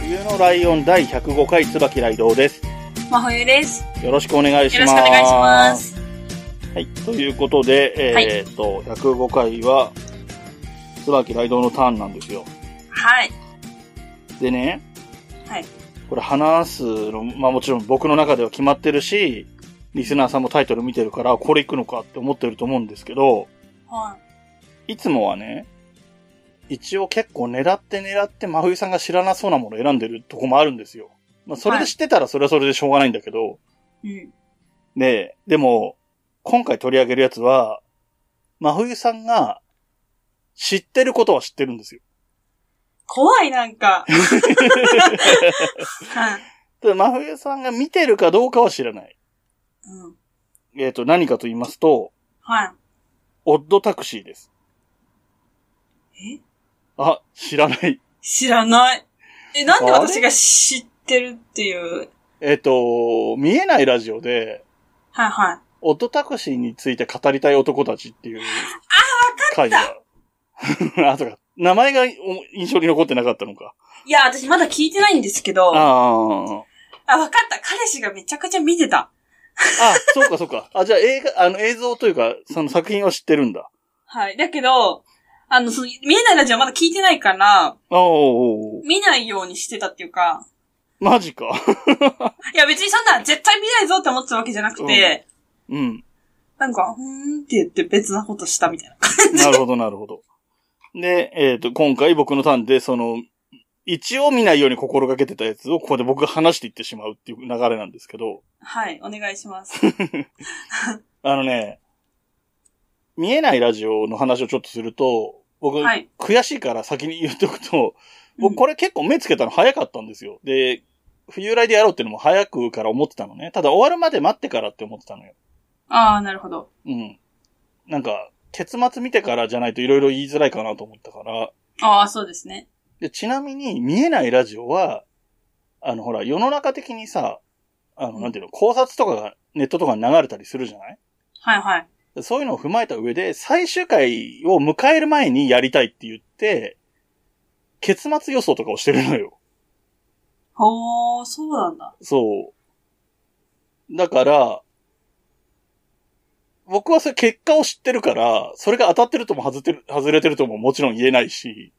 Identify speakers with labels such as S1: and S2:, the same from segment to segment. S1: 冬のライオン第105回椿雷道です。
S2: 真冬です。
S1: よろしくお願いし
S2: よろ
S1: ま
S2: しくお
S1: す。
S2: 願いします。
S1: はい。ということで、えーっと、105回は、椿雷道のターンなんですよ。
S2: はい。
S1: でね、
S2: はい。
S1: これ話すの、まあもちろん僕の中では決まってるし、リスナーさんもタイトル見てるから、これ行くのかって思ってると思うんですけど、
S2: はい
S1: つもはね、一応結構狙って狙って真冬さんが知らなそうなものを選んでるとこもあるんですよ。まあそれで知ってたらそれはそれでしょうがないんだけど、
S2: い。うん。
S1: で、でも、今回取り上げるやつは、真冬さんが知ってることは知ってるんですよ。
S2: 怖いなんか。 はい。
S1: ただ真冬さんが見てるかどうかは知らない。
S2: うん。
S1: えっ、と、何かと言いますと、
S2: は
S1: オッドタクシーです。
S2: い。え
S1: あ、知らない。
S2: 知らない。え、なんで私が知ってるっていう。
S1: えっ、と、見えないラジオで、
S2: はいはい。
S1: オッドタクシーについて語りたい男たちっていう回が。 あ、そうか。名前がお印象に残ってなかったのか。
S2: いや、私まだ聞いてないんですけど。あ、
S1: ああ。
S2: わかった。彼氏がめちゃくちゃ見てた。
S1: あ、そうかそうか。あ、じゃあ映画、あの映像というか、その作品を知ってるんだ。
S2: はい。だけど、あの、その、見えないラジオまだ聞いてないから、
S1: あお
S2: 見ないようにしてたっていうか、
S1: マジか。
S2: いや別にそんな絶対見ないぞって思ってたわけじゃなくて、
S1: うん。
S2: なんか、ふーんって言って別なことしたみたいな。
S1: なるほど、なるほど。で、えっ、と、今回僕のターンで、その、一応見ないように心がけてたやつをここで僕が話していってしまうっていう流れなんですけど、
S2: はい、お願いします。
S1: あのね、見えないラジオの話をちょっとすると、僕、
S2: はい
S1: 悔しいから先に言っとくと、僕これ結構目つけたの早かったんですよ。で、冬来でやろうっていうのも早くから思ってたのね。ただ終わるまで待ってからって思ってたのよ。
S2: ああ、なるほど。
S1: うん。なんか、結末見てからじゃないといろいろ言いづらいかなと思ったから。
S2: ああ、そうですね。
S1: で、ちなみに、見えないラジオは、あの、ほら、世の中的にさ、あの、なんていうの、考察とかが、ネットとかに流れたりするじゃない
S2: はいはい。
S1: でそういうのを踏まえた上で、最終回を迎える前にやりたいって言って、結末予想とかをしてるのよ。
S2: ほー、そうなんだ。
S1: そう。だから、僕はそれ結果を知ってるから、それが当たってるとも外れてる、外れてるとももちろん言えな いし。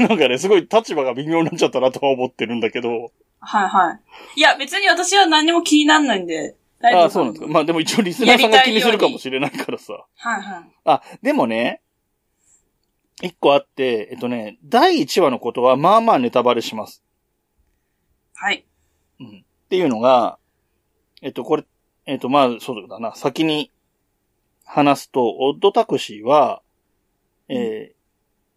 S1: なんかね、すごい立場が微妙になっちゃったなとは思ってるんだけど。
S2: はいはい。いや、別に私は何にも気になんないんで、大
S1: ああ、そうなんですか。まあでも一応リスナーさんが気にするかもしれないからさ。
S2: はいはい。
S1: あ、でもね、一個あって、えっとね、第1話のことはまあまあネタバレします。
S2: はい。
S1: うんっていうのが、えっと、これ、えっと、まあ、そうだな、先に話すと、オッドタクシーは、えー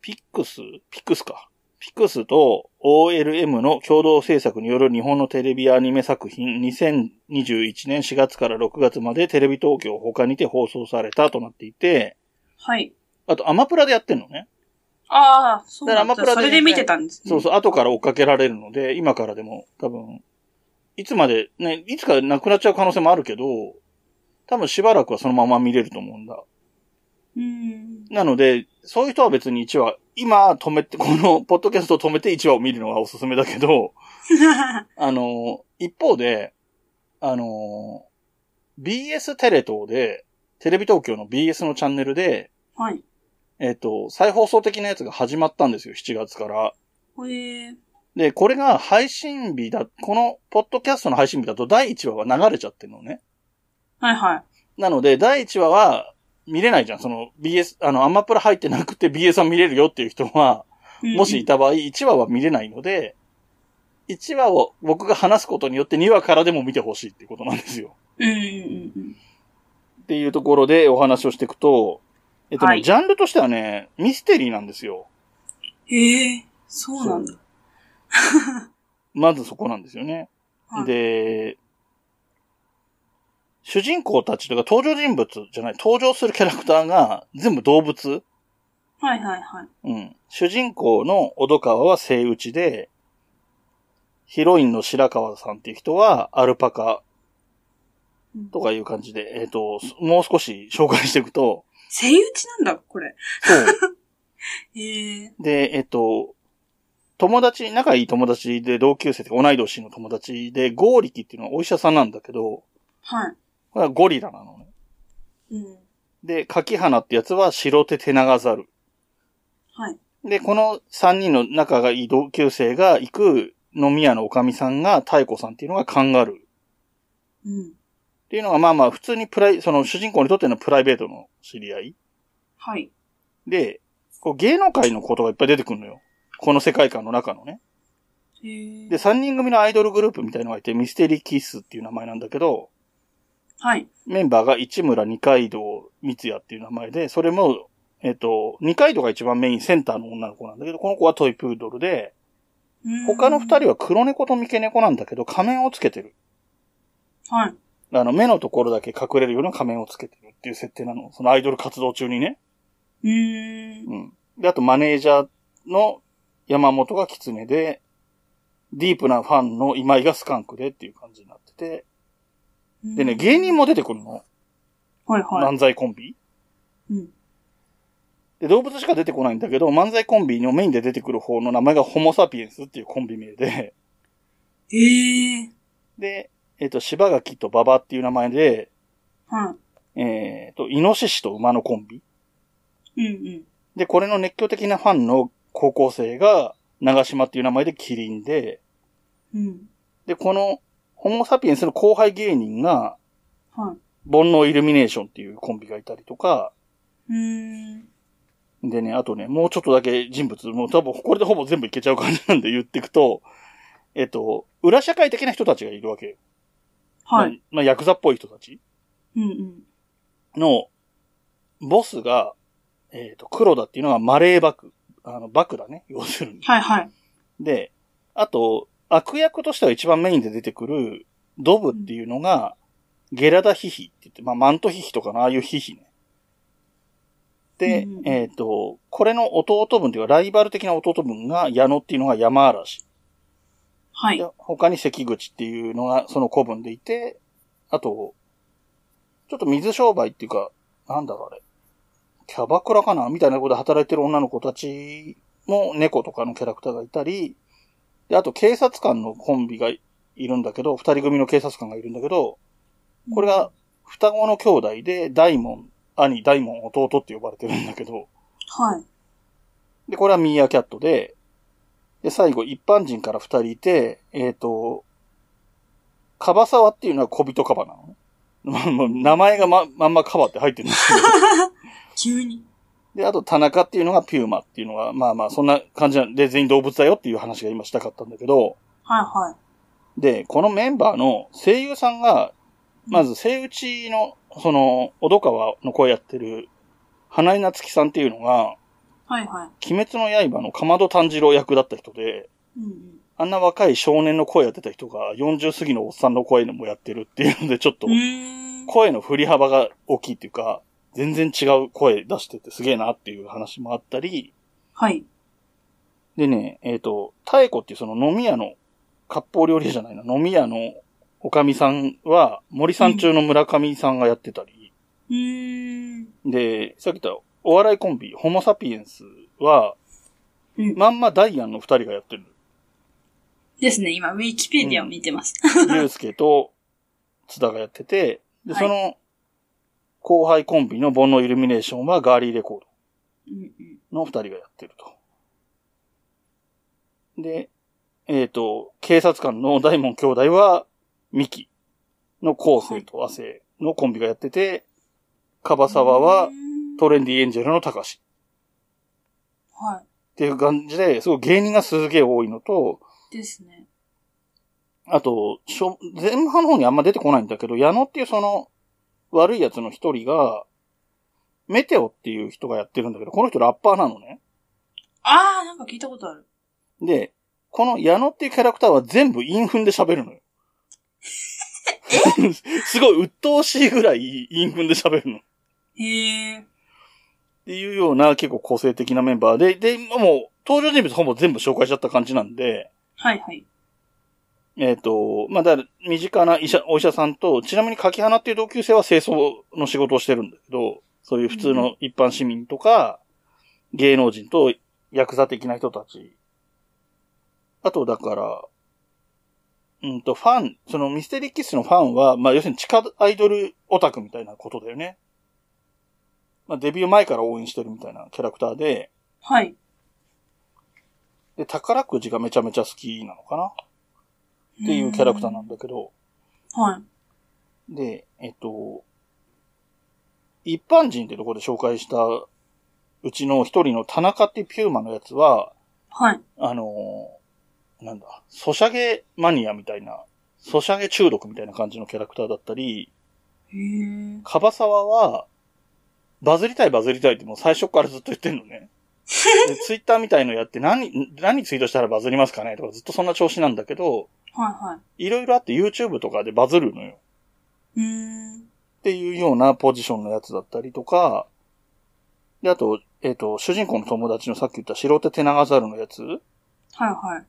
S1: ピックス、ピックスか。ピックスと OLM の共同制作による日本のテレビアニメ作品2021年4月から6月までテレビ東京他にて放送されたとなっていて、
S2: はい。
S1: あとアマプラでやってんのね。
S2: ああ、そうなん
S1: だ
S2: だ。
S1: からアマプラで
S2: それで見てたんです、ね。
S1: そうそう、後から追っかけられるので、今からでも多分、いつまで、ね、いつかなくなっちゃう可能性もあるけど、多分しばらくはそのまま見れると思うんだ。
S2: う。うん。
S1: なので、そういう人は別に1話、今止めて、こ のポッドキャストを止めて1話を見るのがおすすめだけど、あの、一方で、あの、BS テレ東で、テレビ東京の BS のチャンネルで、
S2: はい。
S1: えっ、と、再放送的なやつが始まったんですよ、7月から。
S2: へえ。
S1: で、これが配信日だ、このポッドキャストの配信日だと第1話は流れちゃってるのね。
S2: はいはい。
S1: なので、第1話は見れないじゃん。その BS、あの、アマプラ入ってなくて BS は見れるよっていう人は、
S2: うん
S1: もしいた場合、1話は見れないので、1話を僕が話すことによって2話からでも見てほしいっていうことなんですよ。
S2: うんうんうんうん。
S1: っていうところでお話をしていくと、えっとね、
S2: はい
S1: ジャンルとしてはね、ミステリーなんですよ。
S2: へえ、そうなんだ。
S1: まずそこなんですよね。
S2: はい、
S1: で、主人公たちとか登場人物じゃない、登場するキャラクターが全部動物。
S2: はいはいはい。
S1: うん。主人公の小戸川は生打ちで、ヒロインの白川さんっていう人はアルパカとかいう感じで、えっ、と、もう少し紹介してい くと、
S2: 声打ちなんだ、これ。
S1: そう。
S2: へえ、
S1: で、えっと、友達、仲いい友達で同級生で同い年の友達で、ゴーリキっていうのはお医者さんなんだけど、
S2: はい。
S1: これはゴリラなのね。
S2: うん。
S1: で、柿花ってやつは白手手長猿。
S2: はい。
S1: で、この三人の仲がいい同級生が行く飲み屋のおかみさんが太子さんっていうのがカンガルー。っ
S2: うん。
S1: ていうのがまあまあ普通にプライ、その主人公にとってのプライベートの知り合い。
S2: はい。
S1: で、こう芸能界のことがいっぱい出てくるのよ。この世界観の中のね。
S2: へえ。
S1: で、3人組のアイドルグループみたいのがいて、ミステリーキッスっていう名前なんだけど、
S2: はい。
S1: メンバーが市村二階堂三也っていう名前で、それも、えっ、と、二階堂が一番メインセンターの女の子なんだけど、この子はトイプードルで、
S2: うん
S1: 他の二人は黒猫と三毛猫なんだけど、仮面をつけてる。
S2: はい。
S1: あの、目のところだけ隠れるような仮面をつけてるっていう設定なの。そのアイドル活動中にね。
S2: うーん。
S1: うん。で、あとマネージャーの山本が狐で、ディープなファンの今井がスカンクでっていう感じになってて、でね、芸人
S2: も。
S1: も出てくるの。
S2: はいは
S1: 漫才コンビ
S2: い。うん。
S1: で、動物しか出てこないんだけど、漫才コンビのメインで出てくる方の名前がホモサピエンスっていうコンビ名で、
S2: へえ。
S1: で、えっ、と、柴垣と馬場っていう名前で、
S2: は
S1: えっ、と、イノシシと馬のコンビ。
S2: い。うんうん。
S1: で、これの熱狂的なファンの高校生が、長島っていう名前でキリンで、
S2: うん。
S1: で、この、ホモサピエンスの後輩芸人が、
S2: はい。
S1: 煩悩イルミネーションっていうコンビがいたりとか、
S2: うーん。
S1: でね、あとね、もうちょっとだけ人物、もう多分これでほぼ全部いけちゃう感じなんで言っていくと、えっと、裏社会的な人たちがいるわけよ。
S2: はい。
S1: まあ、まあヤクザっぽい人たち
S2: うんうん。
S1: の、ボスが、えっと、黒田っていうのがマレーバク。あの、バクだね、要するに。
S2: はいはい。
S1: で、あと、悪役としては一番メインで出てくる、ドブっていうのが、ゲラダヒヒって言って、まあ、マントヒヒとかのああいうヒヒね。で、
S2: うん
S1: えっ、と、これの弟分というか、ライバル的な弟分が、矢野っていうのが山嵐。
S2: はい。
S1: で他に関口っていうのがその古文でいて、あと、ちょっと水商売っていうか、なんだろうあれ、キャバクラかなみたいなことで働いてる女の子たちも猫とかのキャラクターがいたり、で、あと警察官のコンビがいるんだけど、二人組の警察官がいるんだけど、これが双子の兄弟で、大門、兄、大門、弟って呼ばれてるんだけど、
S2: はい。
S1: で、これはミーアキャットで、で、最後、一般人から二人いて、えっ、と、カバサワっていうのは小人カバなの ね。まあまあ名前がま、まんまカバって入ってるんですけど。
S2: 急に。
S1: で、あと、田中っていうのがピューマっていうのが、まあまあ、そんな感じなんで、全員動物だよっていう話が今したかったんだけど、
S2: はいは
S1: で、このメンバーの声優さんが、まず、声打ちの、その、小戸川の声やってる、花井夏樹さんっていうのが、
S2: い。はいは
S1: 鬼滅の刃のかまど炭治郎役だった人で、
S2: い。うんうん。
S1: あんな若い少年の声やってた人が40過ぎのおっさんの声もやってるっていうので、ちょっと
S2: うーん。
S1: 声の振り幅が大きいっていうか、全然違う声出しててすげえなっていう話もあったり、
S2: はい。
S1: でね、えっ、と、妙子っていうその飲み屋の、割烹料理屋じゃないな、飲み屋のおかみさんは、森さん中の村上さんがやってたり、
S2: うーん。
S1: で、さっき言ったお笑いコンビ、ホモサピエンスは、
S2: うん
S1: まんまダイアンの二人がやってる。
S2: ですね、今、ウィキペディアを見てます。
S1: ゆうすけと津田がやってて、で、
S2: はい
S1: その後輩コンビの煩悩イルミネーションはガーリーレコー
S2: うんうん。
S1: ドの二人がやってると。で、えっ、と、警察官の大門兄弟はミキの昴生と亜生のコンビがやってて、カバサワは
S2: うーん
S1: トレンディエンジェルの高志
S2: は
S1: っていう感じで、すごい芸人がすげえ多いのと、
S2: い。ですね。
S1: あと、しょ前半の方にあんま出てこないんだけど、矢野っていうその、悪い奴の一人が、メテオっていう人がやってるんだけど、この人ラッパーなのね。
S2: あー、なんか聞いたことある。
S1: で、この矢野っていうキャラクターは全部インフンで喋るのよ。 すごい鬱陶しいぐらいインフンで喋るの。っ
S2: へー。
S1: ていうような結構個性的なメンバーで、で、もう登場人物ほぼ全部紹介しちゃった感じなんで、
S2: はいはい。
S1: えっ、と、まあ、だから身近な医者、お医者さんと、ちなみに柿花っていう同級生は清掃の仕事をしてるんだけど、そういう普通の一般市民とか、芸能人とヤクザ的な人たち。あと、だから、うんと、ファン、そのミステリーキッスのファンは、まあ、要するに地下アイドルオタクみたいなことだよね。まあ、デビュー前から応援してるみたいなキャラクターで、
S2: はい。
S1: で、宝くじがめちゃめちゃ好きなのかなっていうキャラクターなんんだけど、
S2: はい。
S1: で、えっと、一般人ってところで紹介したうちの一人の田中ってピューマのやつは、
S2: はい。
S1: あのーなんだ、ソシャゲマニアみたいな、ソシャゲ中毒みたいな感じのキャラクターだったり、
S2: へー。
S1: カバサワは、バズりたいバズりたいってもう最初からずっと言ってんのね。でツイッターみたいのやって何、何ツイートしたらバズりますかねとかずっとそんな調子なんだけど、
S2: はいはい
S1: ろいろあって YouTube とかでバズるのよ。
S2: い。うーん。
S1: っていうようなポジションのやつだったりとか、で、あと、えっ、と、主人公の友達のさっき言った白手手長猿のやつ
S2: はいはい。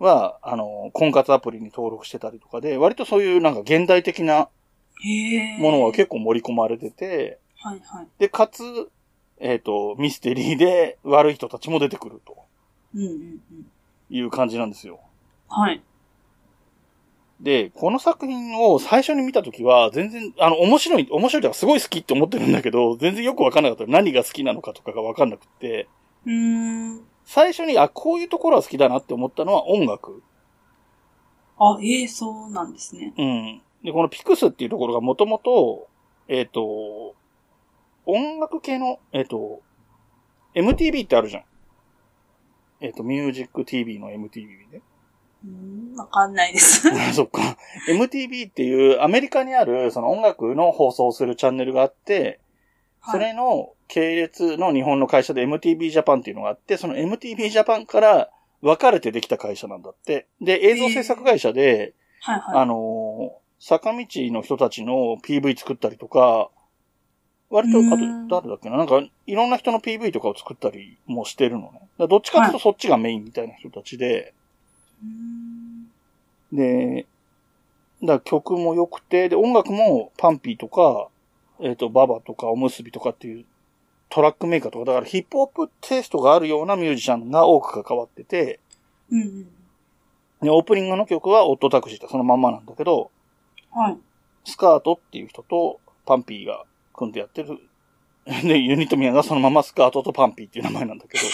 S1: は、あの、婚活アプリに登録してたりとかで、割とそういうなんか現代的な
S2: へー。
S1: ものは結構盛り込まれてて、
S2: はいはい。
S1: で、かつ、えっ、と、ミステリーで悪い人たちも出てくると
S2: うんうんうん。
S1: いう感じなんですよ。
S2: はい。
S1: で、この作品を最初に見たときは、全然、あの、面白い、面白いというかすごい好きって思ってるんだけど、全然よくわかんなかった。何が好きなのかとかがわかんなくって、
S2: うーん。
S1: 最初に、あ、こういうところは好きだなって思ったのは音楽。
S2: あ、ええそうなんですね。
S1: うん。で、このピクスっていうところがもともと、えっ、と、音楽系の、えっ、と、MTV ってあるじゃん。えっ、と、ミュージック TV の MTV ね。
S2: うーん、わかんないです。
S1: あ そっか。MTV っていうアメリカにある、その音楽の放送するチャンネルがあって、そ
S2: はい。
S1: れの系列の日本の会社で MTV ジャパンっていうのがあって、その MTV ジャパンから分かれてできた会社なんだって。で、映像制作会社で、
S2: はい
S1: あ
S2: はい。
S1: のー坂道の人たちの PV 作ったりとか、割と、
S2: う
S1: あ
S2: ー
S1: と、
S2: ん
S1: 誰だっけななんか、いろんな人の PV とかを作ったりもしてるのね。だからどっちかっていうとそっちがメインみたいな人たちで、
S2: うーん
S1: で、だから曲も良くて、で、音楽もパンピーとか、えっ、と、ババとか、おむすびとかっていうトラックメーカーとか、だからヒップホップテイストがあるようなミュージシャンが多く関わってて、
S2: うんうん。
S1: で、オープニングの曲はオットタクシーってそのまんまなんだけど、
S2: はい。
S1: スカートっていう人とパンピーが組んでやってる。 で、ユニットミアがそのままスカートとパンピーっていう名前なんだけど。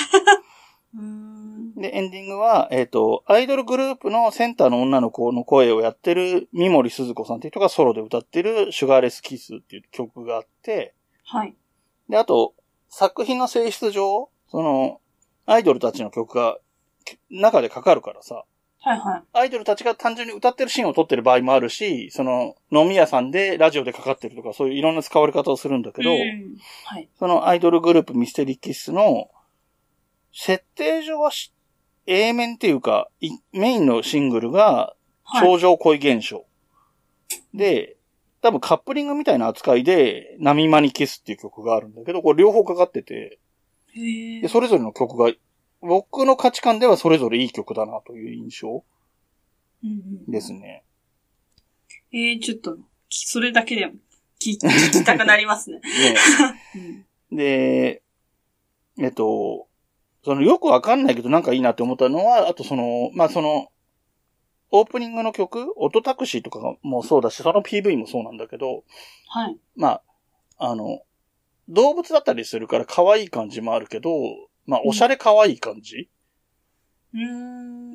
S2: う ーん。
S1: で、エンディングは、えっ、と、アイドルグループのセンターの女の子の声をやってる三森鈴子さんっていう人がソロで歌ってるシュガーレスキスっていう曲があって、
S2: はい。
S1: で、あと、作品の性質上、その、アイドルたちの曲が中でかかるからさ、
S2: はいはい。
S1: アイドルたちが単純に歌ってるシーンを撮ってる場合もあるし、その、飲み屋さんでラジオでかかってるとか、そういういろんな使われ方をするんだけど、
S2: うんはい。
S1: そのアイドルグループミステリーキッスの、設定上はし A 面っていうか、いメインのシングルが、
S2: はい。
S1: 超常恋現象。で、多分カップリングみたいな扱いで、波間にキスっていう曲があるんだけど、これ両方かかってて、
S2: へ
S1: で
S2: え。
S1: それぞれの曲が、僕の価値観ではそれぞれいい曲だなという印象
S2: うんうん
S1: ですね。
S2: ええちょっと、きそれだけでも聞き聞きたくなります ね。
S1: ね
S2: うん
S1: で、えっと、そのよくわかんないけどなんかいいなって思ったのは、あとその、まあ、その、オープニングの曲、オトタクシーとかもそうだし、その PV もそうなんだけど、
S2: はい。
S1: まあ、あの、動物だったりするから可愛い感じもあるけど、まあ、おしゃれ可愛い感じ、
S2: うー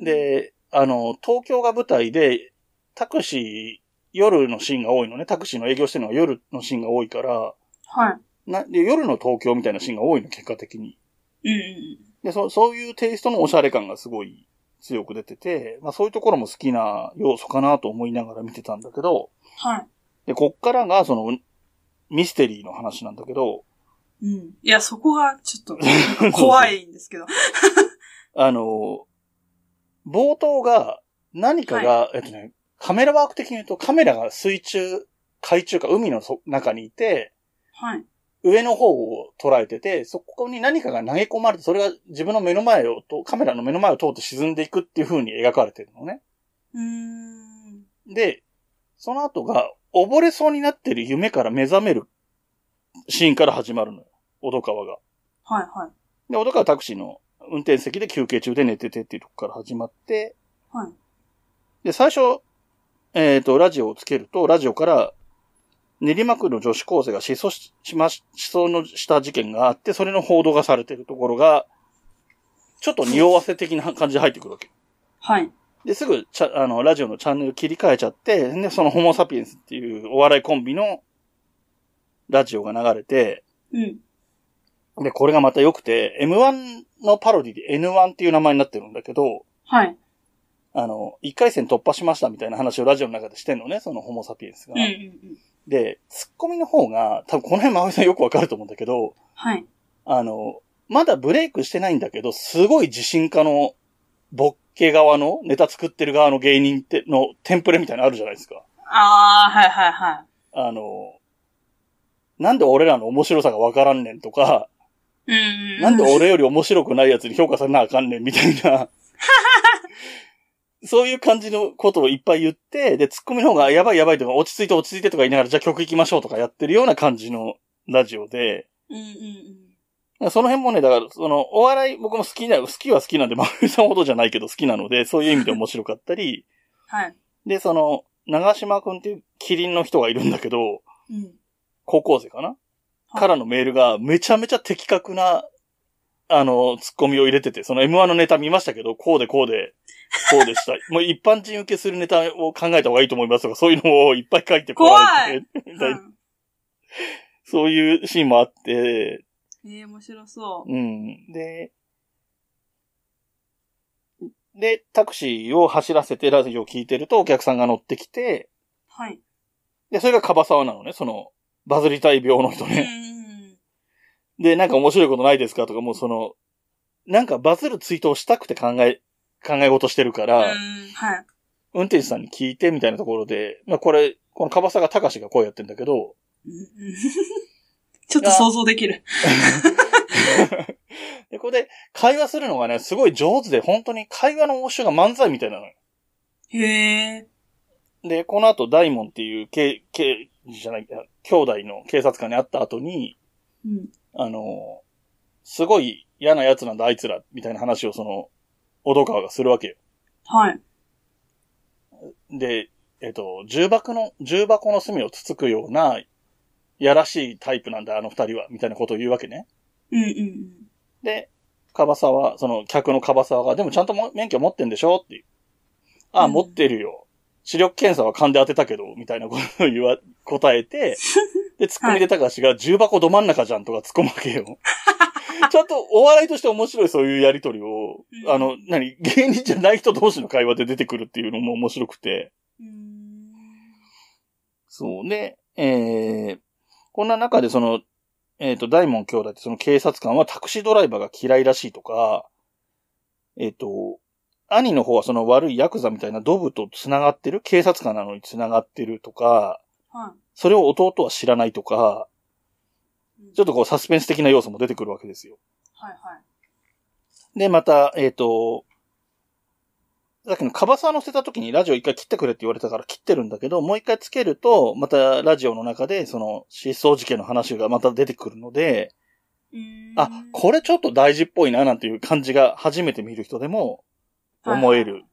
S2: ん。、
S1: で、あの、東京が舞台で、タクシー、夜のシーンが多いのね。タクシーの営業してるのは夜のシーンが多いから、
S2: は
S1: なで夜の東京みたいなシーンが多いの、結果的に。
S2: い。うんうん
S1: で、そそういうテイストのおしゃれ感がすごい強く出てて、まあそういうところも好きな要素かなと思いながら見てたんだけど、
S2: はい。
S1: で、こっからがそのミステリーの話なんだけど、
S2: うん。いや、そこがちょっと怖いんです けど。
S1: あの、冒頭が、何かが、えっとね、カメラワーク的に言うと、カメラが水中、海中か海のそ中にいて、
S2: はい。
S1: 上の方を捉えてて、そこに何かが投げ込まれて、それが自分の目の前をと、カメラの目の前を通って沈んでいくっていう風に描かれてるのね。
S2: うーん。
S1: で、その後が、溺れそうになってる夢から目覚めるシーンから始まるのよ。小戸川が。
S2: はいはい。
S1: で、小戸川タクシーの運転席で休憩中で寝ててっていうとこから始まって、
S2: はい。
S1: で、最初、えっ、と、ラジオをつけると、ラジオから、練馬区の女子高生が失踪ししまし、失踪のした事件があって、それの報道がされてるところが、ちょっと匂わせ的な感じで入ってくるわけ。
S2: はい。
S1: で、すぐ、ちゃ、あの、ラジオのチャンネル切り替えちゃって、で、そのホモサピエンスっていうお笑いコンビのラジオが流れて、
S2: うん。
S1: で、これがまた良くて、M1 のパロディで N1 っていう名前になってるんだけど、
S2: はい。
S1: あの、1回戦突破しましたみたいな話をラジオの中でしてんのね、そのホモサピエンスが。
S2: うんうんうん。
S1: で、ツッコミの方が、多分この辺、まおさんよくわかると思うんだけど、
S2: はい。
S1: あの、まだブレイクしてないんだけど、すごい自信家の、ボッケ側の、ネタ作ってる側の芸人って、のテンプレみたいなのあるじゃないですか。
S2: ああ、はいはいは
S1: あの、なんで俺らの面白さがわからんねんとか、
S2: い。うんうん。
S1: なんで俺より面白くないやつに評価されなあかんねんみたいな。 そういう感じのことをいっぱい言って、で、ツッコミの方がやばいやばいとか、落ち着いて落ち着いてとか言いながら、じゃあ曲行きましょうとかやってるような感じのラジオで、
S2: うんうんうん。
S1: その辺もね、だから、その、お笑い、僕も好きな、好きは好きなんで、まゆさんほどじゃないけど好きなので、そういう意味で面白かったり、
S2: はい。
S1: で、その、長島くんっていうキリンの人がいるんだけど、
S2: うん。
S1: 高校生かな、
S2: はい
S1: からのメールが、めちゃめちゃ的確な、あの、ツッコミを入れてて、その M1 のネタ見ましたけど、こうでこうで、こう でした。もう一般人受けするネタを考えた方がいいと思いますとか、そういうのをいっぱい書いてこられて、
S2: うん
S1: そういうシーンもあって、
S2: ええ、面白そ
S1: うん。で、で、タクシーを走らせてラジオを聞いてるとお客さんが乗ってきて、
S2: う。 はい。
S1: で、それがカバサワなのね、その、バズりたい病の人
S2: うんう
S1: ね。
S2: ん
S1: で、なんか面白いことないですかとか、もうその、なんかバズるツイートをしたくて考え、考え事してるか
S2: うん。う
S1: ら、
S2: ん。はい。
S1: 運転手さんに聞いてみたいなところで、まあこれ、このカバサワタカシが声やってんだけど、
S2: うんうん ちょっと想像できる。
S1: で、ここで会話するのがね、すごい上手で、本当に会話の応酬が漫才みたいなのよ
S2: へえ。
S1: で、この後、ダイモンっていう、け、け、じゃない、あ兄弟の警察官に会った後に、
S2: うん。
S1: あの、すごい嫌な奴なんだ、あいつら、みたいな話をその、小戸川がするわけよ。
S2: はい。
S1: で、えっと、重箱の、重箱の隅をつつくような、やらしいタイプなんだ、あの二人は、みたいなことを言うわけね。
S2: うんうんうん。
S1: で、カバサワ、その、客のカバサワが、でもちゃんとも免許持ってんでしょっていう。ああ、
S2: うん
S1: 持ってるよ。視力検査は勘で当てたけど、みたいなことを言わ、 答えて、で、ツッコミで高橋が、重箱ど真ん中じゃんとか突っ込むわ けよ。ちゃんとお笑いとして面白いそういうやりとりを、
S2: うん
S1: あの、何、芸人じゃない人同士の会話で出てくるっていうのも面白くて。
S2: うーん
S1: そうね。えー、こんな中でその、えっ、と、大門兄弟ってその警察官はタクシードライバーが嫌いらしいとか、えっ、と、兄の方はその悪いヤクザみたいなドブと繋がってる警察官なのに繋がってるとか、
S2: は
S1: それを弟は知らないとか、
S2: い。
S1: ちょ
S2: と。
S1: っとこうサスペンス的な要素も出てくるわけですよ。
S2: はいはい。
S1: で、また、えっ、と、さっきのカバサー乗せた時にラジオ一回切ってくれって言われたから切ってるんだけど、もう一回つけると、またラジオの中でその失踪事件の話がまた出てくるので、
S2: うーん
S1: あ、これちょっと大事っぽいななんていう感じが初めて見る人でも思える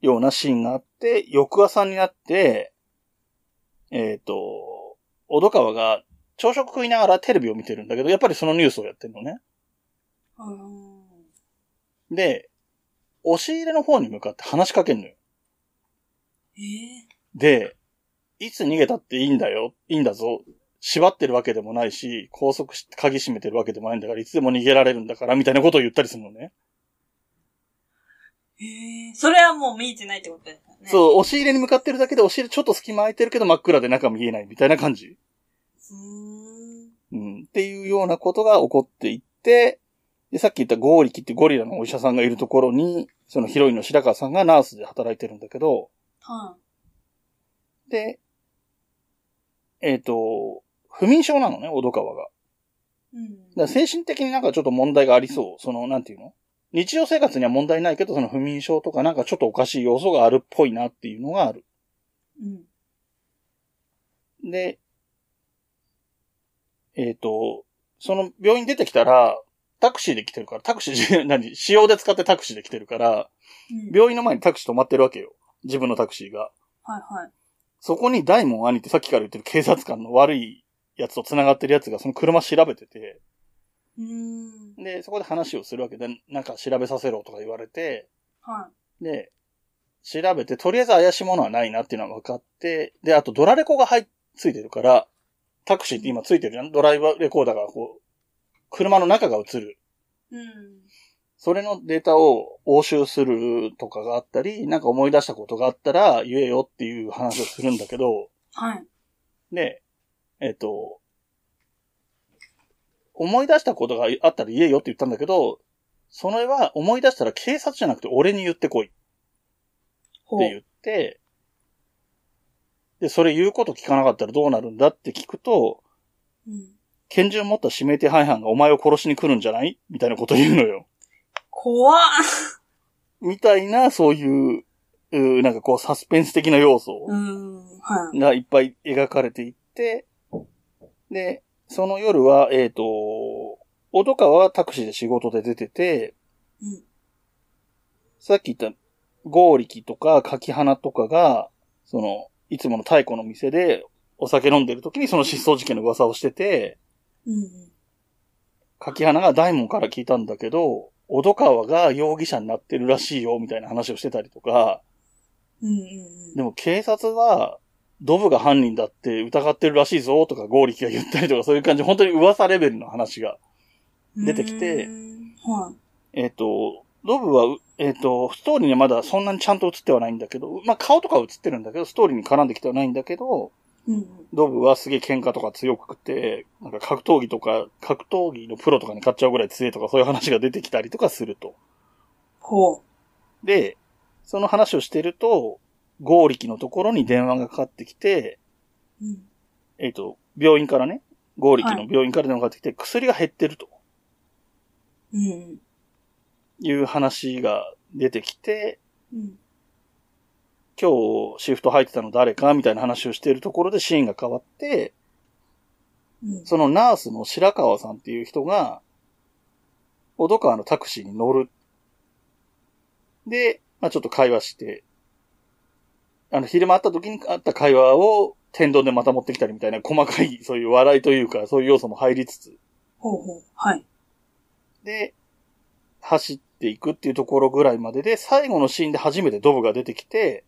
S1: ようなシーンがあって、翌朝になって、えっ、と、小戸川が朝食食いながらテレビを見てるんだけど、やっぱりそのニュースをやってるのね。
S2: はいはいうん
S1: で、押し入れの方に向かって話しかけんのよ。
S2: え
S1: で、いつ逃げたっていいんだよ、いいんだぞ。縛ってるわけでもないし、拘束し、鍵閉めてるわけでもないんだから、いつでも逃げられるんだから、みたいなことを言ったりするのね。
S2: ええそれはもう見えてないってことですよね。う。
S1: そう、押し入れに向かってるだけで、押し入れちょっと隙間空いてるけど真っ暗で中見えないみたいな感
S2: う
S1: じ。
S2: ーん。
S1: うん、っていうようなことが起こっていって、で、さっき言ったゴーリキってゴリラのお医者さんがいるところに、そのヒロインの白川さんがナースで働いてるんだけど、
S2: は
S1: で、えっ、と、不眠症なのね、小戸川が。
S2: い。うん。
S1: だから精神的になんかちょっと問題がありそう。その、なんていうの日常生活には問題ないけど、その不眠症とかなんかちょっとおかしい要素があるっぽいなっていうのがある。
S2: うん。
S1: で、えっ、と、その病院出てきたら、タクシーで来てるから、タクシー、 何使用で使ってタクシーで来てるから、
S2: うん。
S1: 病院の前にタクシー止まってるわけよ。自分のタクシーが。
S2: はいはい。
S1: そこに大門兄ってさっきから言ってる警察官の悪いやつと繋がってるやつがその車調べてて、
S2: うーん。
S1: で、そこで話をするわけで、なんか調べさせろとか言われて、
S2: は
S1: で、調べて、とりあえず怪しいものはないなっていうのは分かって、で、あとドラレコが入っ、ついてるから、タクシーって今ついてるじゃんドライバーレコーダーがこう、車の中が映る。
S2: い。うん。
S1: それのデータを押収するとかがあったり、なんか思い出したことがあったら言えよっていう話をするんだけど、
S2: はい。
S1: で、えっ、と、思い出したことがあったら言えよって言ったんだけど、それは思い出したら警察じゃなくて俺に言ってこい。
S2: ほ
S1: って言って、で、それ言うこと聞かなかったらどうなるんだって聞くと、
S2: うん。
S1: 拳銃持った指名手配犯がお前を殺しに来るんじゃないみたいなこと言うのよ。
S2: 怖っ
S1: みたいな、そういう、うーなんかこう、サスペンス的な要素
S2: うん。はい。
S1: がいっぱい描かれていって、で、その夜は、えっ、と、小戸川はタクシーで仕事で出てて、
S2: うん
S1: さっき言った、ゴーリキとか、柿花とかが、その、いつもの太古の店で、お酒飲んでる時にその失踪事件の噂をしてて、
S2: うん。
S1: 柿花が大門から聞いたんだけど、小戸川が容疑者になってるらしいよ、みたいな話をしてたりとか、
S2: うん。うん。
S1: で
S2: も、
S1: も警察は、ドブが犯人だって疑ってるらしいぞ、とかゴーリキが言ったりとか、そういう感じ、本当に噂レベルの話が。出てきて。
S2: は
S1: えっ、と、ドブはう、えっ、と、ストーリーにはまだそんなにちゃんと映ってはないんだけど、まあ顔とかは映ってるんだけど、ストーリーに絡んできてはないんだけど、
S2: い。うん。
S1: ドブはすげえ喧嘩とか強くて、なんか格闘技とか、格闘技のプロとかに勝っちゃうぐらい強いとか、そういう話が出てきたりとかすると。
S2: ほ
S1: で、その話をしてると、ゴーリキのところに電話がかかってきて、
S2: う。うん。
S1: えっ、と、病院からね、合力の病院から電話がかかってきて、薬が減ってると
S2: うん。
S1: いう話が出てきて、
S2: うん。
S1: 今日シフト入ってたの誰かみたいな話をしてるところでシーンが変わって、
S2: うん。
S1: そのナースの白川さんっていう人が、小戸川のタクシーに乗る。で、まあちょっと会話して、あの、昼間会った時にあった会話を天丼でまた持ってきたりみたいな細かい、そういう笑いというか、そういう要素も入りつつ、
S2: ほうほう。はい。
S1: で、走っていくっていうところぐらいまでで、最後のシーンで初めてドブが出てきて、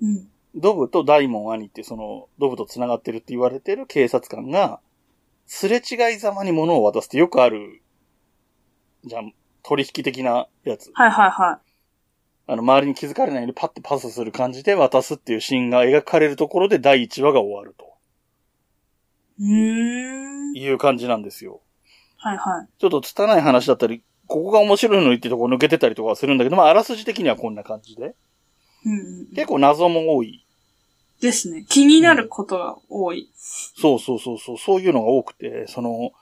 S2: うん。
S1: ドブと大門兄ってその、ドブと繋がってるって言われてる警察官が、すれ違いざまに物を渡すってよくある、じゃん、取引的なやつ。
S2: はいはいは
S1: あの、周りに気づかれないようにパッてパスする感じで渡すっていうシーンが描かれるところで第1話が終わると
S2: い。うーん。
S1: いう感じなんですよ。
S2: はいはい。
S1: ちょっと拙い話だったり、ここが面白いのにってとこ抜けてたりとかはするんだけど、まあ、あらすじ的にはこんな感じで。
S2: うんうん。
S1: 結構謎も多い。
S2: ですね。気になることが多い。
S1: そうそうそうそう、そういうのが多くて、その、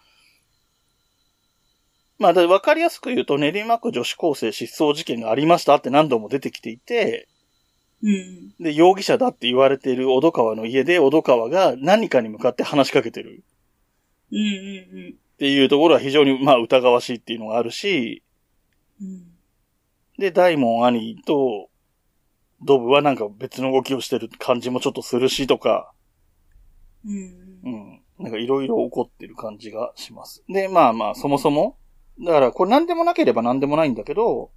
S1: まあ、だわかりやすく言うと、練馬区女子高生失踪事件がありましたって何度も出てきていて、
S2: うん。
S1: で、容疑者だって言われている小戸川の家で、小戸川が何かに向かって話しかけてる
S2: うんうん
S1: っていうところは非常に、まあ、疑わしいっていうのがあるし、
S2: うん。うん。
S1: で、大門兄と、ドブはなんか別の動きをしてる感じもちょっとするしとか、
S2: うん
S1: う。ん。なんかいろいろ起こってる感じがします。で、まあまあ、そもそも。だから、これ何でもなければ何でもないんだけど、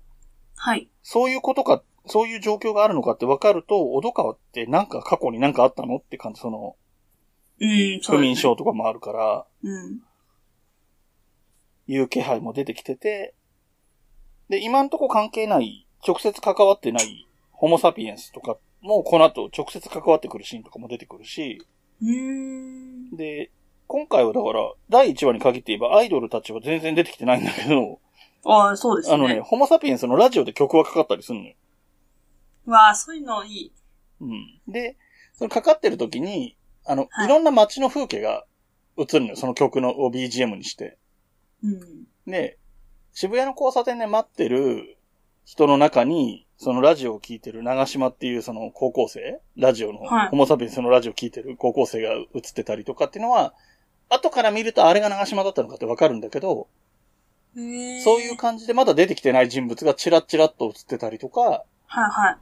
S2: はい。
S1: そういうことか、そういう状況があるのかって分かると、小戸川ってなんか過去になんかあったのって感じ、その、
S2: うん、
S1: 不
S2: そうで
S1: 眠
S2: す。
S1: 症とかもあるから、
S2: うん。
S1: いう気配も出てきてて、で、今んとこ関係ない、直接関わってない、ホモサピエンスとかも、この後直接関わってくるシーンとかも出てくるし、
S2: うーん。
S1: で、今回はだから、第1話に限って言えばアイドルたちは全然出てきてないんだけど、
S2: ああ、そうですね。
S1: あのね、ホモサピエンスのラジオで曲はかかったりするのよ。
S2: わあ、そういうのいい。
S1: うん。で、そのかかってる時に、あの、
S2: はい
S1: いろんな街の風景が映るのよ。その曲のを BGM にして。
S2: うん。
S1: で、渋谷の交差点で待ってる人の中に、そのラジオを聞いてる長島っていうその高校生、ラジオの、
S2: はい
S1: ホモサピエンスのラジオを聞いてる高校生が映ってたりとかっていうのは、後から見るとあれが長島だったのかってわかるんだけど、
S2: へえ
S1: そういう感じでまだ出てきてない人物がチラッチラッと映ってたりとか、
S2: はいはい。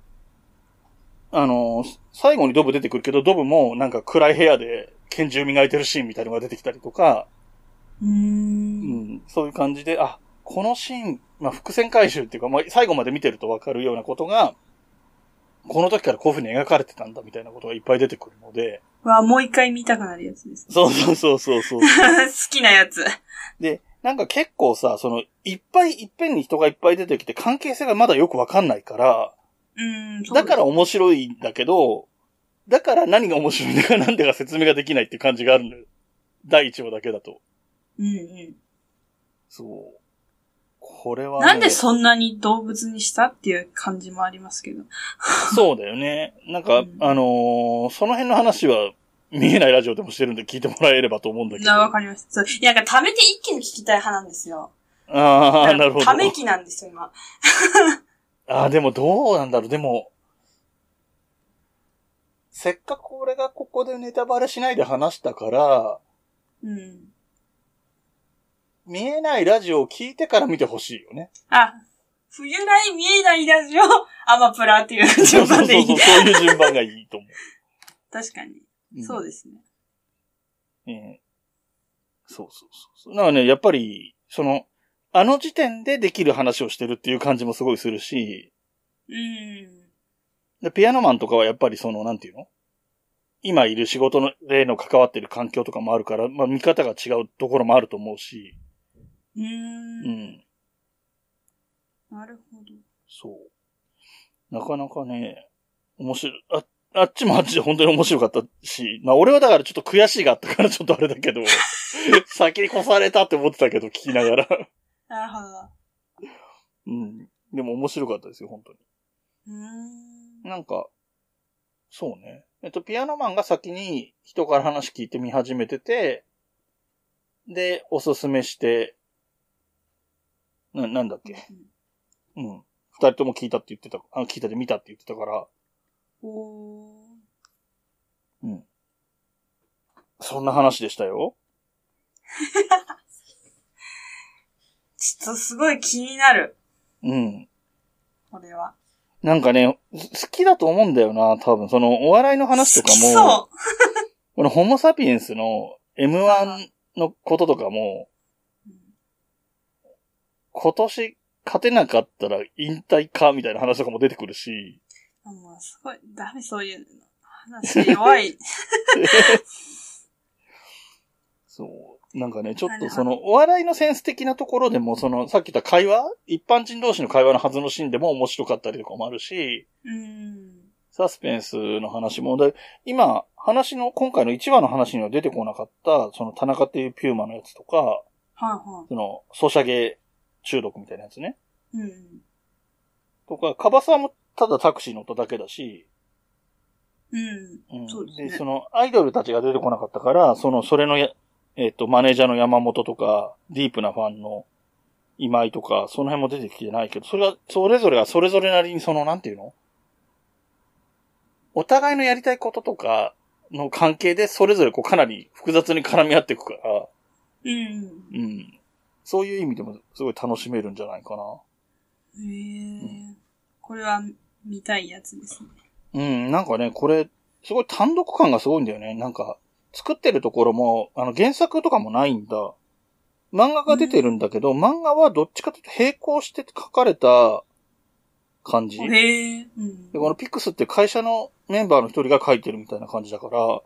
S1: あのー最後にドブ出てくるけど、ドブもなんか暗い部屋で拳銃磨いてるシーンみたいのが出てきたりとか、
S2: うー。
S1: うんん、そういう感じで、あ、このシーン、まあ、伏線回収っていうか、まあ、最後まで見てるとわかるようなことが、この時からこういう風に描かれてたんだみたいなことがいっぱい出てくるので、
S2: わあ、もう一回見たくなるやつですね。
S1: そうそうそうそうそう。
S2: 好きなやつ。
S1: で、なんか結構さ、その、いっぱいいっぺんに人がいっぱい出てきて関係性がまだよくわかんないから、
S2: うん。そう
S1: だから、面白いんだけど、だから何が面白いんだか何だか説明ができないっていう感じがあるのよ。第1話だけだと。
S2: うんうん。
S1: そう。これは、ね。
S2: なんでそんなに動物にしたっていう感じもありますけど。
S1: そうだよね。なんか、
S2: うん
S1: あのーその辺の話は、見えないラジオでもしてるんで聞いてもらえればと思うんだけど。
S2: な、わ
S1: あ
S2: かりました。そういや、なんか、ためて一気に聞きたい派なんですよ。
S1: あー、なるほど。
S2: ためきなんですよ、今。
S1: ああ、でもどうなんだろう。でも、せっかく俺がここでネタバレしないで話したから、
S2: うん。
S1: 見えないラジオを聞いてから見てほしいよね。
S2: あ、冬来見えないラジオ、 アマプラっていう順番でいい
S1: そうそうそう、。そういう順番がいいと思
S2: 確かに。
S1: う。
S2: そう
S1: で
S2: ですね。
S1: す。えーそうそうそうそう。だからね、やっぱり、その、あの時点でできる話をしてるっていう感じもすごいするし、
S2: うん。
S1: で、ピアノマンとかはやっぱりその、なんていうの今いる仕事の、例の関わってる環境とかもあるから、まあ見方が違うところもあると思うし、
S2: う。
S1: うんん、
S2: なるほど。
S1: そう。なかなかね、面白い、あ、あっちもあっちで本当に面白かったし、まあ俺はだからちょっと悔しいがあったからちょっとあれだけど、先に越されたって思ってたけど、聞きながら。
S2: なるほど。
S1: うん。でも面白かったですよ、本当に。
S2: うん。
S1: なんか、そうね。えっと、ピアノマンが先に人から話聞いて見始めてて、で、おすすめして、な、なんだっけ。うん。二人とも聞いたって言ってた、あ、聞いたで見たって言ってたから、
S2: おー。
S1: そんな話でしたよ。
S2: ちょっとすごい気になる。
S1: うん。
S2: これは。
S1: なんかね、す好きだと思うんだよな、多分。その、お笑いの話とか
S2: 好き
S1: も、
S2: そ
S1: このホモサピエンスの M1 のこととかも、
S2: う。
S1: 今年勝てなかったら引退か、みたいな話とかも出てくるし、
S2: うん、もうすごい、ダメそういうの。話弱い。
S1: そう。なんかね、ちょっ
S2: なる
S1: と
S2: ほど
S1: その、お笑いのセンス的なところでも、その、さっき言った会話一般人同士の会話のはずのシーンでも面白かったりとかもあるし、
S2: うん。
S1: サスペンスの話も、で今、話の、今回の1話の話には出てこなかった、その、田中っていうピューマのやつとか、
S2: はいは
S1: その、ソシャゲ中毒みたいなやつね。
S2: い。うん。
S1: とか、カバサもただタクシー乗っただけだし、
S2: うん。
S1: うん
S2: そうですね
S1: その、アイドルたちが出てこなかったから、その、それのや、えっ、と、マネージャーの山本とか、ディープなファンの今井とか、その辺も出てきてないけど、それが、それぞれがそれぞれなりにその、なんていうのお互いのやりたいこととかの関係で、それぞれこう、かなり複雑に絡み合っていくから、
S2: うん。
S1: うん。そういう意味でも、すごい楽しめるんじゃないかな。
S2: へえ。これは見たいやつですね。
S1: うん、なんかね、これ、すごい単独感がすごいんだよね。なんか、作ってるところも、あの、原作とかもないんだ。漫画が出てるんだけど、漫画はどっちかというと並行して書かれた感じ。で、
S2: へえ。うん。
S1: このピクスって会社のメンバーの一人が書いてるみたいな感じだから、
S2: は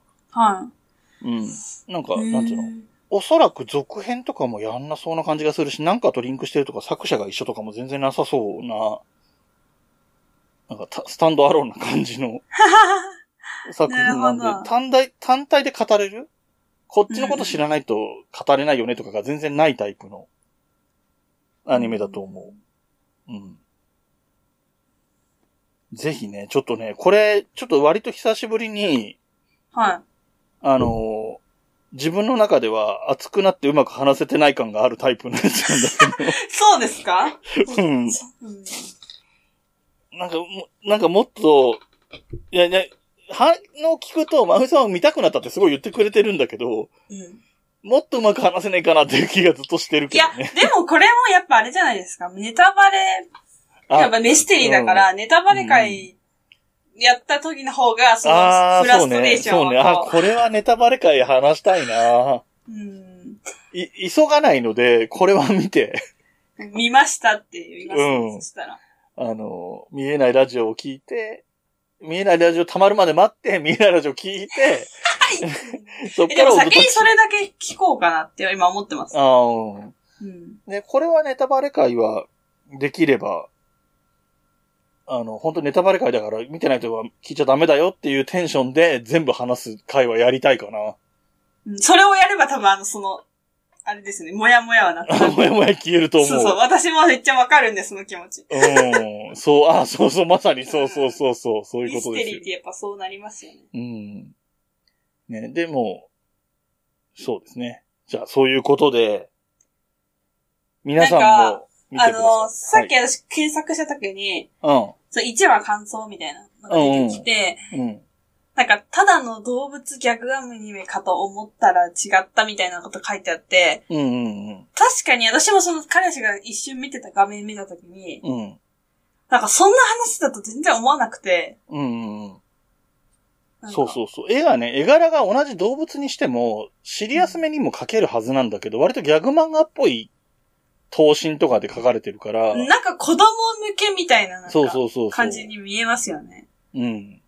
S1: うん。なんか、
S2: い。
S1: なんていうのおそらく続編とかもやんなそうな感じがするし、なんかとリンクしてるとか作者が一緒とかも全然なさそうな、なんかたスタンドアローンな感じの
S2: の
S1: 作品なんで
S2: なるほど、
S1: 単体、単体で語れるこっちのこと知らないと語れないよねとかが全然ないタイプのアニメだと思う。うん。ぜひね、ちょっとね、これ、ちょっと割と久しぶりに、
S2: はい。
S1: あのー自分の中では熱くなってうまく話せてない感があるタイプのやつなんだけど
S2: そうですか
S1: う
S2: う
S1: ん
S2: ん
S1: なんかも、なんかもっと、いやいや、反応聞くと、まふさんを見たくなったってすごい言ってくれてるんだけど、
S2: うん
S1: もっとうまく話せないかなっていう気がずっとしてる
S2: い
S1: け
S2: や
S1: ど、ね。
S2: でもこれもやっぱあれじゃないですか。ネタバレ、やっ
S1: あ、
S2: ぱミステリーだから、ネタバレ会やった時の方が、その
S1: あ
S2: フ
S1: ー
S2: ラ
S1: そう
S2: ストレー
S1: ね。
S2: ション
S1: そうね。
S2: は
S1: あ、
S2: こ
S1: これはネタバレ会話したいな
S2: う、うん、
S1: い、急がないので、これは見て、
S2: 見ましたって言います、
S1: う
S2: そ
S1: ん
S2: したら。
S1: あの、見えないラジオを聞いて、見えないラジオ溜まるまで待って、見えないラジオ聞い て、そっ
S2: えで
S1: から
S2: も
S1: をずっ
S2: 先
S1: と
S2: にそれだけ聞こうかなって今思ってます。
S1: あーうん
S2: うん、
S1: ね、これはネタバレ会はできれば、あの、本当ネタバレ会だから見てないとは聞いちゃダメだよっていうテンションで全部話す会はやりたいかな。
S2: うんそれをやれば多分あの、その、あれですね、もやもやはなく なる。
S1: もやもや消えると思う。
S2: そうそう、私もめっちゃわかるんです、その気持ち。
S1: うん。そう、あ、そうそう、まさにそうそうそうそう、そういう
S2: ミ
S1: こと
S2: ス
S1: で
S2: テ
S1: す
S2: リ
S1: よ
S2: ーっ。てやっぱそうなりますよね。
S1: うん。ね、でも、そうですね。じゃあ、そういうことで、皆さんも見て
S2: あ
S1: ください。
S2: の、さっき
S1: はい
S2: 私検索した時に、
S1: うん
S2: そう1話感想みたいなのが出てきて、
S1: うん。
S2: なんか、ただの動物ギャグアニメかと思ったら違ったみたいなこと書いてあって、
S1: うんうん
S2: 確かに私もその彼氏が一瞬見てた画面見たときに、
S1: うん。うん。
S2: なんかそんな話だと全然思わなくて、
S1: うんうんうん。
S2: なんか
S1: そうそうそう。絵がね、絵柄が同じ動物にしても、シリアスめにも描けるはずなんだけど、割とギャグ漫画っぽい、頭身とかで描かれてるから、
S2: なんか子供向けみたいななん
S1: そう
S2: か
S1: そうそうそう。
S2: 感じに見えますよね。
S1: うん。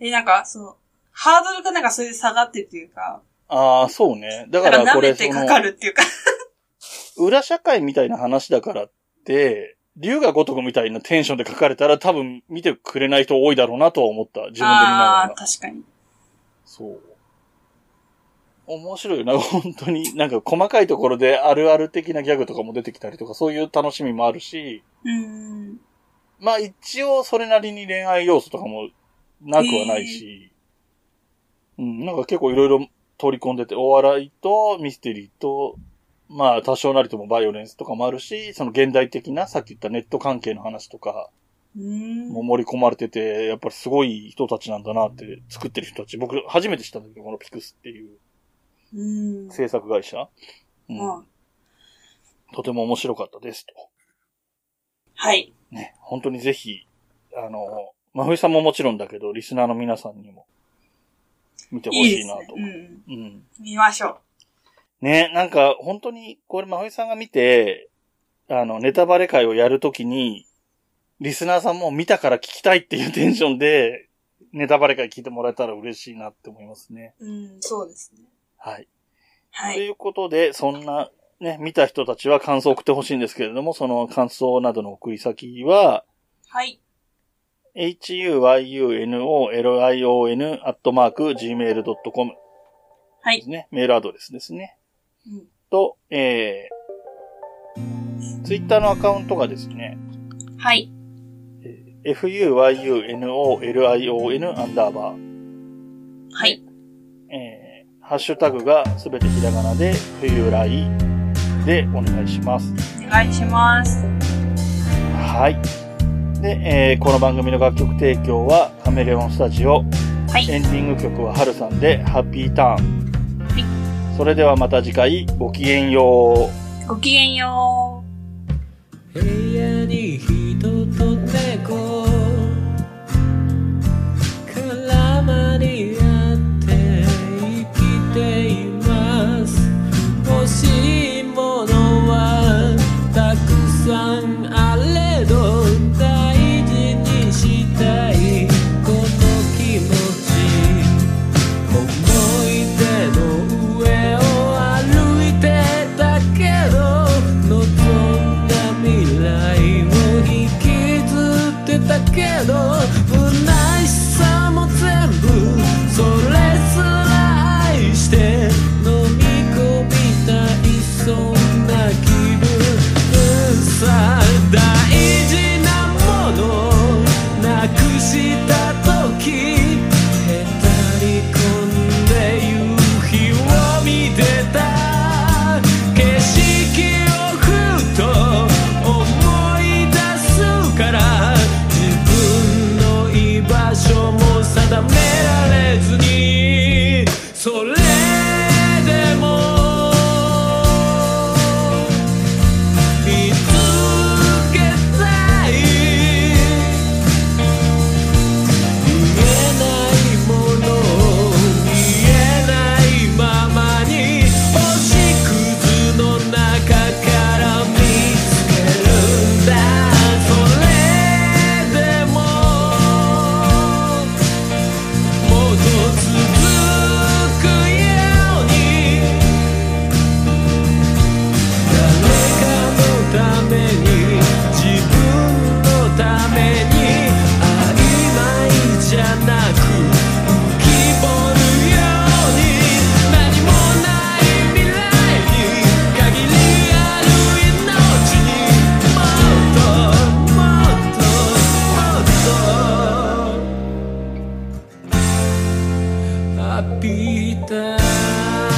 S2: で、なんか、その、ハードルがなんかそれで下がってっていうか、
S1: ああ、そうね。だ
S2: な
S1: か
S2: んから
S1: こ
S2: 舐め
S1: れ、
S2: て
S1: そ
S2: かか
S1: の、
S2: るっていうか、
S1: 裏社会みたいな話だからって、竜が如くみたいなテンションで書かれたら多分見てくれない人多いだろうなとは思った。自分で見な
S2: あ
S1: が
S2: あ
S1: ら
S2: ー、。確かに。
S1: そう。面白いよな、 本当に。なんか細かいところであるある的なギャグとかも出てきたりとか、そういう楽しみもあるし、
S2: うーん。
S1: まあ一応それなりに恋愛要素とかもなくはないし、うん、なんか結構いろいろ取り込んでて、お笑いとミステリーと、まあ多少なりともバイオレンスとかもあるし、その現代的なさっき言ったネット関係の話とか
S2: うーん
S1: も盛り込まれてて、やっぱりすごい人たちなんだなって、作ってる人たち、僕初めて知ったんだけど、このピクスっていう
S2: うーん。
S1: 制作会社。うん
S2: うん
S1: とても面白かったですと。
S2: はい。
S1: ね、本当にぜひ、あの、まふいさんももちろんだけど、リスナーの皆さんにも、見てほ
S2: いい
S1: し
S2: で
S1: い
S2: す
S1: な
S2: ね
S1: と。。
S2: うんうん。
S1: うん。
S2: 見ましょ
S1: ね、なんか、本当に、これ、まふいさんが見て、あの、ネタバレ会をやるときに、リスナーさんも見たから聞きたいっていうテンションで、ネタバレ会聞いてもらえたら嬉しいなって思いますね。
S2: う。うん、そうですね。
S1: はい。
S2: は
S1: と
S2: い。
S1: いうことで、そんな、ね、見た人たちは感想を送ってほしいんですけれども、その感想などの送り先は、
S2: はい。
S1: huyunolion アットマーク gmail.com
S2: は
S1: で
S2: い
S1: す。ね。メールアドレスですね。
S2: うん
S1: と、えー、ツイッターのアカウントがですね、
S2: はい。
S1: fuyunolion アンダーバー、
S2: はい。
S1: えー、ハッシュタグがすべてひらがなで、冬来でお願いします。
S2: お願いします。
S1: はい。で、えー、この番組の楽曲提供はカメレオンスタジオ、
S2: はい。
S1: エンディング曲はハルさんで、ハッピーターン。それではまた次回、ごきげんよう。
S2: ごきげんよう。
S3: 部屋に人と猫絡まり合って生きています欲しいものはたくさんあれど大事にしたいこの気持ち思い出の上を歩いてたけど望んだ未来を引きずってたけめに自分のために曖昧じゃなく浮き彫るように何もない未来に限りある命にもっともっともっと habitar.